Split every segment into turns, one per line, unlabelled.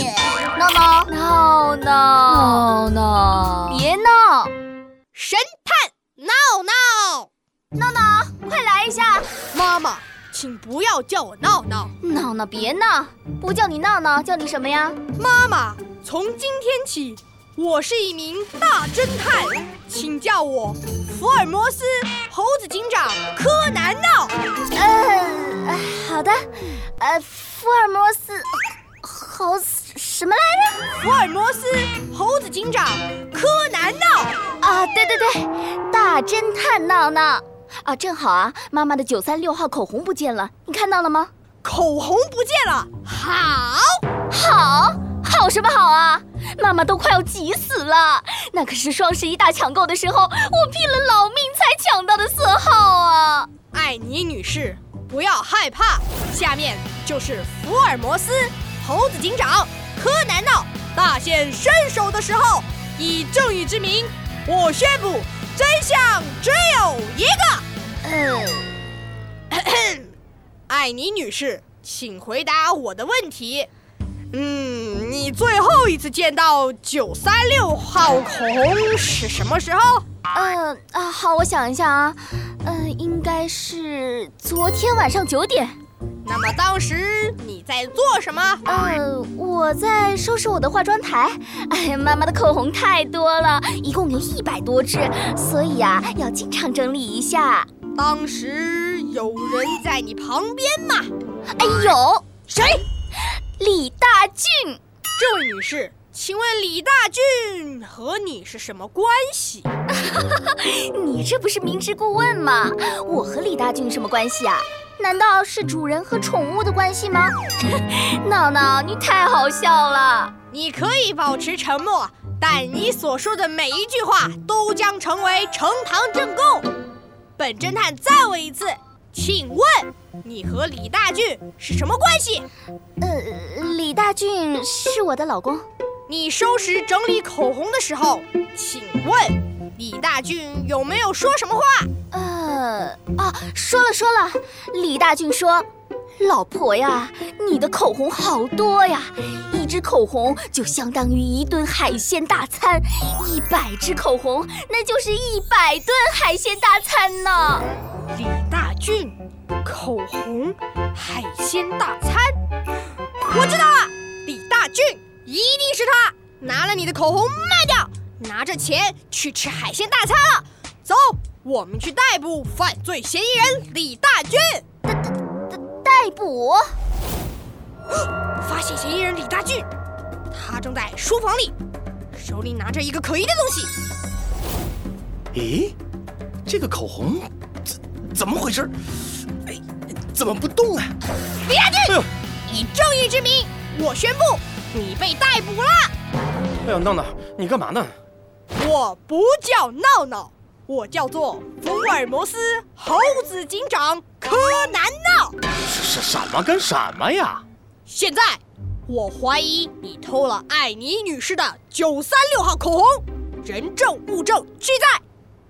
了吗？
闹闹，
闹闹，
别闹！
神探闹闹，
快来一下！
妈妈，请不要叫我闹闹。
闹闹，别闹！不叫你闹闹，叫你什么呀？
妈妈，从今天起，我是一名大侦探，请叫我福尔摩斯、猴子警长、柯南闹。
嗯、呃，好的。呃，福尔摩斯，猴子什么来着？
福尔摩斯、猴子警长、柯南闹。
啊，对对对，大侦探闹闹。啊，正好啊，妈妈的九三六号口红不见了，你看到了吗？
口红不见了，好，
好，好什么好啊！妈妈都快要急死了，那可是双十一大抢购的时候，我拼了老命才抢到的色号啊！
艾妮女士，不要害怕。下面就是福尔摩斯、猴子警长、柯南闹大显身手的时候，以正义之名，我宣布真相只有一个。
嗯，
艾妮女士，请回答我的问题。嗯，你最后一次见到九三六号口红是什么时候？
呃啊，好，我想一下啊，呃，应该是昨天晚上九点。
那么当时你在做什么？
呃，我在收拾我的化妆台。哎呀，妈妈的口红太多了，一共有一百多支，所以啊，要经常整理一下。
当时有人在你旁边吗？
哎呦，谁？李大俊。
这位女士，请问李大俊和你是什么关系？
你这不是明知故问吗？我和李大俊什么关系啊？难道是主人和宠物的关系吗？ 闹闹，你太好笑了。
你可以保持沉默，但你所说的每一句话都将成为呈堂证供。本侦探再问一次，请问你和李大俊是什么关系？
呃，李大俊是我的老公。
你收拾整理口红的时候，请问李大俊有没有说什么话？
呃，啊，说了说了，李大俊说：“老婆呀，你的口红好多呀，一支口红就相当于一顿海鲜大餐，一百支口红那就是一百顿海鲜大餐呢。
李大俊，口红，海鲜大餐。我知道了，李大俊一定是他拿了你的口红卖掉，拿着钱去吃海鲜大餐了。走，我们去逮捕犯罪嫌疑人李大俊。
逮捕！
发现嫌疑人李大俊，他正在书房里，手里拿着一个可疑的东西。
咦，哎这个口红怎怎么回事儿？哎，怎么不动啊？
李大俊，
哎呦，
以正义之名，我宣布你被逮捕了。
哎呦，闹闹，你干嘛呢？
我不叫闹闹，我叫做福尔摩斯猴子警长柯南闹。
什什什么跟什么呀？
现在，我怀疑你偷了艾妮女士的九三六号口红，人证物证俱在，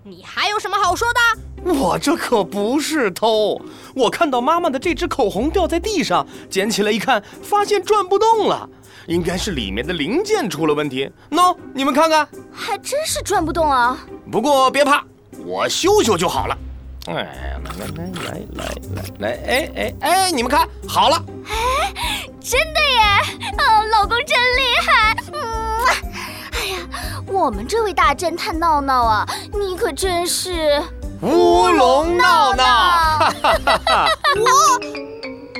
你还有什么好说的？
我这可不是偷，我看到妈妈的这支口红掉在地上，捡起来一看，发现转不动了，应该是里面的零件出了问题。喏、你们看看。
还真是转不动啊！
不过别怕，我修修就好了。哎，来来来来来来，哎哎哎，你们看好了。
真的耶！啊，老公真厉害。嗯，哎呀，我们这位大侦探闹闹啊，你可真是……
乌龙闹闹，
闹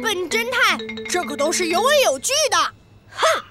本侦探，这可都是有理有据的。哼，